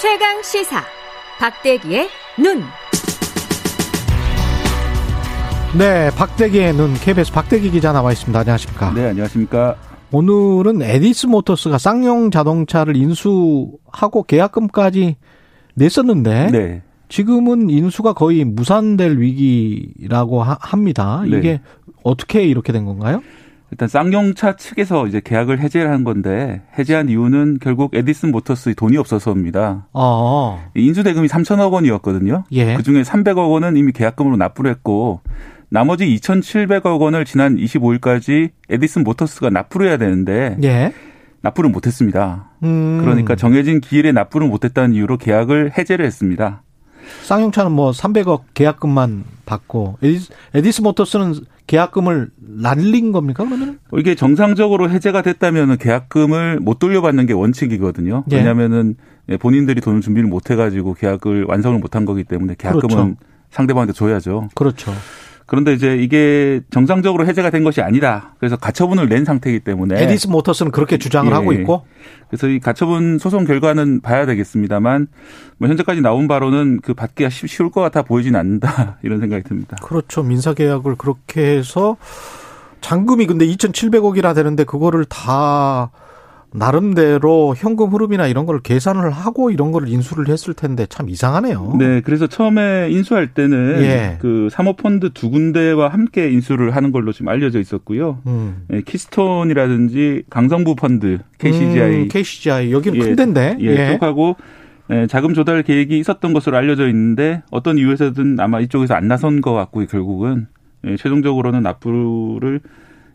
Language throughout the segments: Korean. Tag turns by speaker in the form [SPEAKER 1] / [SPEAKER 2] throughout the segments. [SPEAKER 1] 최강 시사 박대기의 눈.
[SPEAKER 2] 네, 박대기의 눈 KBS 박대기 기자 나와 있습니다. 안녕하십니까?
[SPEAKER 3] 네, 안녕하십니까?
[SPEAKER 2] 오늘은 에디스 모터스가 쌍용 자동차를 인수하고 계약금까지 냈었는데
[SPEAKER 3] 네.
[SPEAKER 2] 지금은 인수가 거의 무산될 위기라고 하- 합니다.
[SPEAKER 3] 네.
[SPEAKER 2] 이게 어떻게 이렇게 된 건가요?
[SPEAKER 3] 일단 쌍용차 측에서 이제 계약을 해제를 한 건데 해제한 이유는 결국 에디슨 모터스의 돈이 없어서입니다.
[SPEAKER 2] 어,
[SPEAKER 3] 이 인수 대금이 3천억 원이었거든요.
[SPEAKER 2] 예.
[SPEAKER 3] 그 중에 300억 원은 이미 계약금으로 납부를 했고 나머지 2,700억 원을 지난 25일까지 에디슨 모터스가 납부를 해야 되는데
[SPEAKER 2] 예.
[SPEAKER 3] 납부를 못 했습니다.
[SPEAKER 2] 음,
[SPEAKER 3] 그러니까 정해진 기일에 납부를 못 했다는 이유로 계약을 해제를 했습니다.
[SPEAKER 2] 쌍용차는 뭐 300억 계약금만 받고 에디스, 에디스 모터스는 계약금을 날린 겁니까? 그러면
[SPEAKER 3] 어, 이게 정상적으로 해제가 됐다면 계약금을 못 돌려받는 게 원칙이거든요.
[SPEAKER 2] 예.
[SPEAKER 3] 왜냐하면은 예, 본인들이 돈을 준비를 못 해가지고 계약을 완성을 못 한 거기 때문에 계약금은
[SPEAKER 2] 그렇죠.
[SPEAKER 3] 상대방한테 줘야죠.
[SPEAKER 2] 그렇죠.
[SPEAKER 3] 그런데 이제 이게 정상적으로 해제가 된 것이 아니다. 그래서 가처분을 낸 상태이기 때문에
[SPEAKER 2] 에디스 모터스는 그렇게 주장을
[SPEAKER 3] 예.
[SPEAKER 2] 하고 있고
[SPEAKER 3] 그래서 이 가처분 소송 결과는 봐야 되겠습니다만 뭐 현재까지 나온 바로는 그 받기가 쉽- 쉬울 것 같아 보이진 않는다 이런 생각이 듭니다.
[SPEAKER 2] 그렇죠. 민사 계약을 그렇게 해서 잔금이 근데 2,700억이라 되는데 그거를 다 나름대로 현금 흐름이나 이런 걸 계산을 하고 이런 걸 인수를 했을 텐데 참 이상하네요.
[SPEAKER 3] 네, 그래서 처음에 인수할 때는
[SPEAKER 2] 어? 예.
[SPEAKER 3] 그 사모펀드 두 군데와 함께 인수를 하는 걸로 지금 알려져 있었고요.
[SPEAKER 2] 음.
[SPEAKER 3] 예, 키스톤이라든지 강성부 펀드 KCGI
[SPEAKER 2] 음, KCGI 여기는
[SPEAKER 3] 예,
[SPEAKER 2] 큰 데인데.
[SPEAKER 3] 예,
[SPEAKER 2] 예.
[SPEAKER 3] 쪽하고 예, 자금 조달 계획이 있었던 것으로 알려져 있는데 어떤 이유에서든 아마 이쪽에서 안 나선 것 같고 결국은 예, 최종적으로는 납부를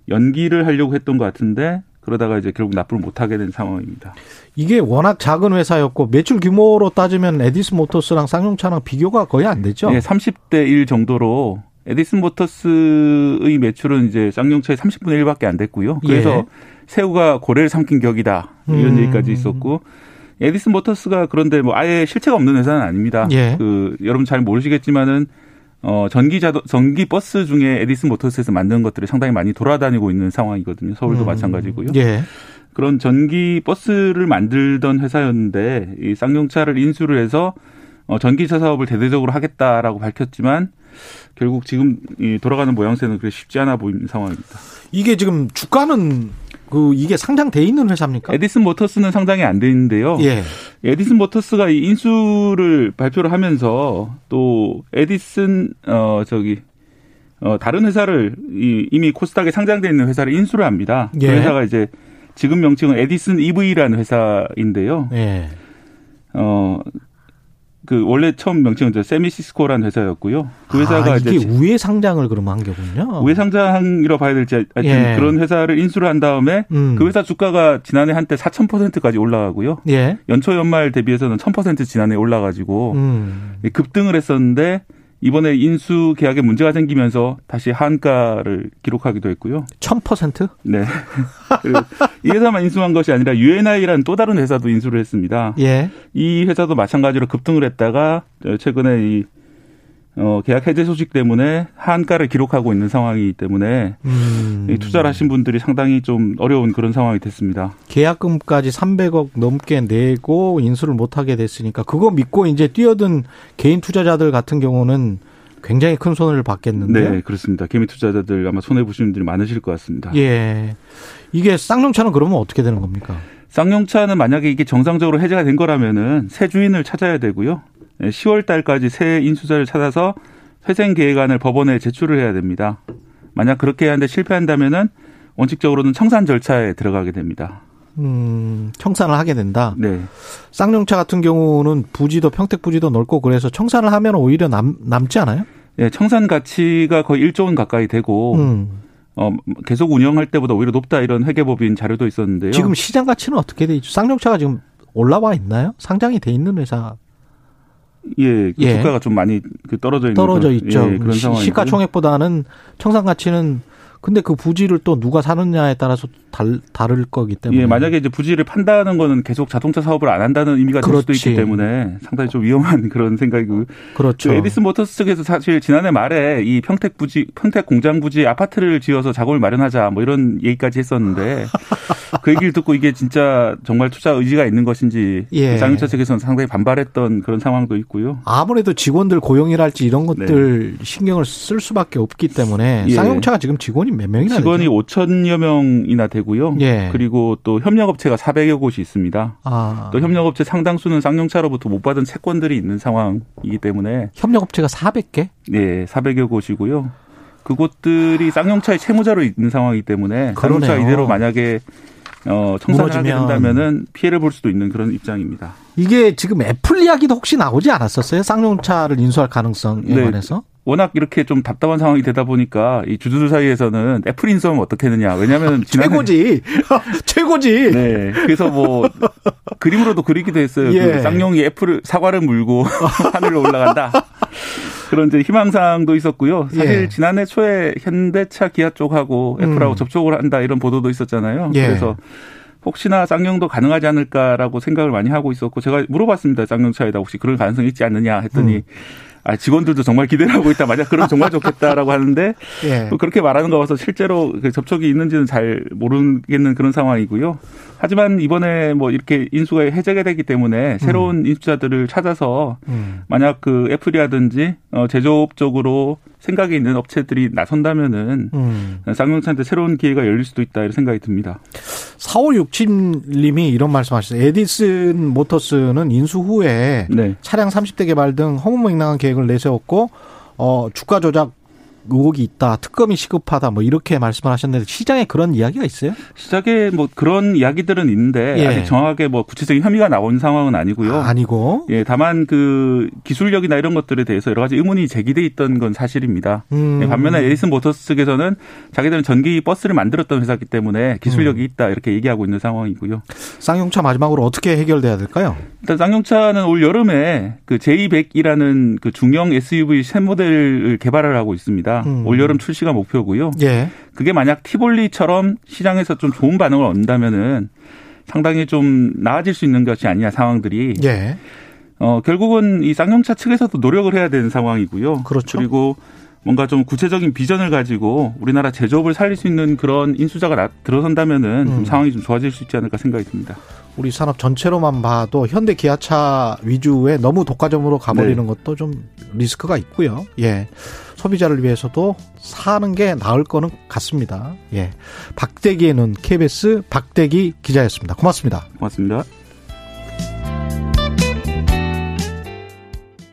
[SPEAKER 3] 연기를 하려고 했던 것 같은데 그러다가 이제 결국 납부를 못 하게 된 상황입니다.
[SPEAKER 2] 이게 워낙 작은 회사였고 매출 규모로 따지면 에디스 모터스랑 쌍용차랑 비교가 거의 안 되죠.
[SPEAKER 3] 예, 30대 1 정도로 에디슨 모터스의 매출은 이제 쌍용차의 30분의 1밖에 안 됐고요. 그래서
[SPEAKER 2] 예.
[SPEAKER 3] 새우가 고래를 삼킨 격이다. 이런
[SPEAKER 2] 음.
[SPEAKER 3] 얘기까지 있었고 에디슨 모터스가 그런데 뭐 아예 실체가 없는 회사는 아닙니다.
[SPEAKER 2] 예.
[SPEAKER 3] 그 여러분 잘 모르시겠지만은 어 전기 자동 전기 버스 중에 에디슨 모터스에서 만든 것들이 상당히 많이 돌아다니고 있는 상황이거든요. 서울도 마찬가지고요.
[SPEAKER 2] 음. 예.
[SPEAKER 3] 그런 전기 버스를 만들던 회사였는데 이 쌍용차를 인수를 해서 어, 전기차 사업을 대대적으로 하겠다라고 밝혔지만 결국 지금 이 돌아가는 모양새는 그렇게 쉽지 않아 보이는 상황입니다.
[SPEAKER 2] 이게 지금 주가는 그 이게 상장돼 있는 회사입니까?
[SPEAKER 3] 에디슨 모터스는 상당히 안 되는데요.
[SPEAKER 2] 그러니까 예.
[SPEAKER 3] 에디슨 모터스가 이 인수를 발표를 하면서 또 에디슨 어 저기 어 다른 회사를 이, 이미 코스닥에 상장돼 있는 회사를 인수를 합니다.
[SPEAKER 2] 예.
[SPEAKER 3] 그 회사가 이제 지금 명칭은 에디슨 EV라는 회사인데요.
[SPEAKER 2] 예.
[SPEAKER 3] 어, 그 원래 처음 명칭은 저 세미시스코라는 회사였고요. 그 회사가
[SPEAKER 2] 아,
[SPEAKER 3] 이제
[SPEAKER 2] 이게
[SPEAKER 3] 지-
[SPEAKER 2] 우회 상장을 그럼 한 거군요.
[SPEAKER 3] 우회 상장이라고 봐야 될지 하여튼
[SPEAKER 2] 예.
[SPEAKER 3] 그런 회사를 인수를 한 다음에
[SPEAKER 2] 음.
[SPEAKER 3] 그 회사 주가가 지난해 한때 4,000%까지 올라가고요.
[SPEAKER 2] 예.
[SPEAKER 3] 연초 연말 대비해서는 1000% 지난해 올라가지고 예,
[SPEAKER 2] 음.
[SPEAKER 3] 급등을 했었는데 이번에 인수 계약에 문제가 생기면서 다시 한가를 기록하기도 했고요.
[SPEAKER 2] 1000%?
[SPEAKER 3] 네. 그리고 이 회사만 인수한 것이 아니라 UNI라는 또 다른 회사도 인수를 했습니다.
[SPEAKER 2] 예.
[SPEAKER 3] 이 회사도 마찬가지로 급등을 했다가 최근에 이 어, 계약 해제 소식 때문에 한가를 기록하고 있는 상황이기 때문에
[SPEAKER 2] 음.
[SPEAKER 3] 이 투자를 하신 분들이 상당히 좀 어려운 그런 상황이 됐습니다.
[SPEAKER 2] 계약금까지 300억 넘게 내고 인수를 못 하게 됐으니까 그거 믿고 이제 뛰어든 개인 투자자들 같은 경우는 굉장히 큰 손해를 받겠는데.
[SPEAKER 3] 네, 그렇습니다. 개미 투자자들 아마 손해 보시는 분들이 많으실 것 같습니다.
[SPEAKER 2] 예. 이게 쌍용차는 그러면 어떻게 되는 겁니까?
[SPEAKER 3] 쌍용차는 만약에 이게 정상적으로 해제가 된 거라면은 새 주인을 찾아야 되고요. 예, 10월 달까지 새 인수자를 찾아서 회생 계획안을 법원에 제출을 해야 됩니다. 만약 그렇게 하는데 실패한다면은 원칙적으로는 청산 절차에 들어가게 됩니다.
[SPEAKER 2] 음, 청산을 하게 된다.
[SPEAKER 3] 네.
[SPEAKER 2] 쌍용차 같은 경우는 부지도 평택 부지도 넓고 그래서 청산을 하면 오히려 남, 남지 않아요?
[SPEAKER 3] 예, 청산 가치가 거의 1조 원 가까이 되고
[SPEAKER 2] 음.
[SPEAKER 3] 어, 계속 운영할 때보다 오히려 높다 이런 회계법인 자료도 있었는데요.
[SPEAKER 2] 지금 시장 가치는 어떻게 돼 있죠? 쌍용차가 지금 올라와 있나요? 상장이 돼 있는 회사
[SPEAKER 3] 예, 그
[SPEAKER 2] 예.
[SPEAKER 3] 주가가 좀 많이 그 떨어져 있는
[SPEAKER 2] 떨어져
[SPEAKER 3] 그런-
[SPEAKER 2] 있죠.
[SPEAKER 3] 예, 그런
[SPEAKER 2] 시-
[SPEAKER 3] 상황이
[SPEAKER 2] 시가총액보다는 청산 가치는 근데 그 부지를 또 누가 사느냐에 따라서 달, 다를 거기 때문에
[SPEAKER 3] 예, 만약에 이제 부지를 판다는 거는 계속 자동차 사업을 안 한다는 의미가 될 수도
[SPEAKER 2] 그렇지.
[SPEAKER 3] 있기 때문에 상당히 좀 위험한 그런 생각이고.
[SPEAKER 2] 그렇죠.
[SPEAKER 3] 그 에디슨 모터스 측에서 사실 지난해 말에 이 평택 부지, 평택 공장 부지 아파트를 지어서 작업을 마련하자 뭐 이런 얘기까지 했었는데 그 얘기를 듣고 이게 진짜 정말 투자 의지가 있는 것인지 그
[SPEAKER 2] 예.
[SPEAKER 3] 장윤철 측에서는 상당히 반발했던 그런 상황도 있고요.
[SPEAKER 2] 아무래도 직원들 고용이랄지 이런 것들 신경을 쓸 수밖에 없기 때문에
[SPEAKER 3] 네. 예.
[SPEAKER 2] 쌍용차가 지금 직원이 몇 명이나
[SPEAKER 3] 직원이
[SPEAKER 2] 되죠?
[SPEAKER 3] 5천여 명이나 되고요.
[SPEAKER 2] 예.
[SPEAKER 3] 그리고 또 협력업체가 400여 곳이 있습니다.
[SPEAKER 2] 아,
[SPEAKER 3] 또 협력업체 상당수는 쌍용차로부터 못 받은 채권들이 있는 상황이기 때문에
[SPEAKER 2] 협력업체가 400개?
[SPEAKER 3] 네, 400여 곳이고요. 그곳들이 쌍용차의 채무자로 있는 상황이기 때문에 쌍용차
[SPEAKER 2] 그러네요.
[SPEAKER 3] 이대로 만약에 어, 청산을 하게
[SPEAKER 2] 무너지면.
[SPEAKER 3] 된다면은 피해를 볼 수도 있는 그런 입장입니다.
[SPEAKER 2] 이게 지금 애플 이야기도 혹시 나오지 않았었어요? 쌍용차를 인수할 가능성에
[SPEAKER 3] 네.
[SPEAKER 2] 관해서?
[SPEAKER 3] 워낙 이렇게 좀 답답한 상황이 되다 보니까 이 주주들 사이에서는 애플 인수하면 어떻게 하느냐. 왜냐하면 지난해
[SPEAKER 2] 최고지. 최고지.
[SPEAKER 3] 네. 그래서 뭐 그림으로도 그리기도 했어요.
[SPEAKER 2] 예.
[SPEAKER 3] 그 쌍용이 애플을 사과를 물고 하늘로 올라간다. 그런 이제 희망사항도 있었고요. 사실
[SPEAKER 2] 예.
[SPEAKER 3] 지난해 초에 현대차 기아 쪽하고 애플하고
[SPEAKER 2] 음.
[SPEAKER 3] 접촉을 한다 이런 보도도 있었잖아요.
[SPEAKER 2] 예.
[SPEAKER 3] 그래서 혹시나 쌍용도 가능하지 않을까라고 생각을 많이 하고 있었고 제가 물어봤습니다. 쌍용차에다 혹시 그런 가능성이 있지 않느냐 했더니
[SPEAKER 2] 음.
[SPEAKER 3] 아, 직원들도 정말 기대를 하고 있다. 만약 그럼 정말 좋겠다라고 하는데
[SPEAKER 2] 예.
[SPEAKER 3] 또 그렇게 말하는 거 봐서 실제로 그 접촉이 있는지는 잘 모르겠는 그런 상황이고요. 하지만 이번에 뭐 이렇게 인수가 해제가 되기 때문에 새로운 인수자들을 찾아서
[SPEAKER 2] 음.
[SPEAKER 3] 만약 그 애플이라든지 어, 제조업 쪽으로 생각이 있는 업체들이 나선다면은
[SPEAKER 2] 음.
[SPEAKER 3] 쌍용차한테 새로운 기회가 열릴 수도 있다 이런 생각이 듭니다.
[SPEAKER 2] 4567님이 이런 말씀하셨어요. 에디슨 모터스는 인수 후에
[SPEAKER 3] 네.
[SPEAKER 2] 차량 30대 개발 등 허무맹랑한 계획을 내세웠고 어 주가 조작 의혹이 있다. 특검이 시급하다. 뭐 이렇게 말씀을 하셨는데 시장에 그런 이야기가 있어요?
[SPEAKER 3] 시작에 뭐 그런 이야기들은 있는데
[SPEAKER 2] 예.
[SPEAKER 3] 아직 정확하게 뭐 구체적인 혐의가 나온 상황은 아니고요.
[SPEAKER 2] 아니고.
[SPEAKER 3] 예, 다만 그 기술력이나 이런 것들에 대해서 여러 가지 의문이 제기돼 있던 건 사실입니다.
[SPEAKER 2] 음.
[SPEAKER 3] 예, 반면에 에디슨 모터스 측에서는 자기들은 전기 버스를 만들었던 회사기 때문에
[SPEAKER 2] 음.
[SPEAKER 3] 기술력이 있다 이렇게 얘기하고 있는 상황이고요.
[SPEAKER 2] 쌍용차 마지막으로 어떻게 해결돼야 될까요?
[SPEAKER 3] 일단 쌍용차는 올 여름에 그 J100이라는 그 중형 SUV 새 모델을 개발을 하고 있습니다.
[SPEAKER 2] 음.
[SPEAKER 3] 올 여름 출시가 목표고요.
[SPEAKER 2] 예.
[SPEAKER 3] 그게 만약 티볼리처럼 시장에서 좀 좋은 반응을 얻는다면은 상당히 좀 나아질 수 있는 것이 아니냐 상황들이
[SPEAKER 2] 예.
[SPEAKER 3] 어, 결국은 이 쌍용차 측에서도 노력을 해야 되는 상황이고요.
[SPEAKER 2] 그렇죠.
[SPEAKER 3] 리고 뭔가 좀 구체적인 비전을 가지고 우리나라 제조업을 살릴 수 있는 그런 인수자가 나- 들어선다면은 좀
[SPEAKER 2] 음.
[SPEAKER 3] 상황이 좀 좋아질 수 있지 않을까 생각이 듭니다.
[SPEAKER 2] 우리 산업 전체로만 봐도 현대 기아차 위주의 너무 독과점으로 가버리는 것도 좀 리스크가 있고요. 예. 소비자를 위해서도 사는 게 나을 거는 같습니다. 예. 박대기의 눈 KBS 박대기 기자였습니다. 고맙습니다.
[SPEAKER 3] 고맙습니다.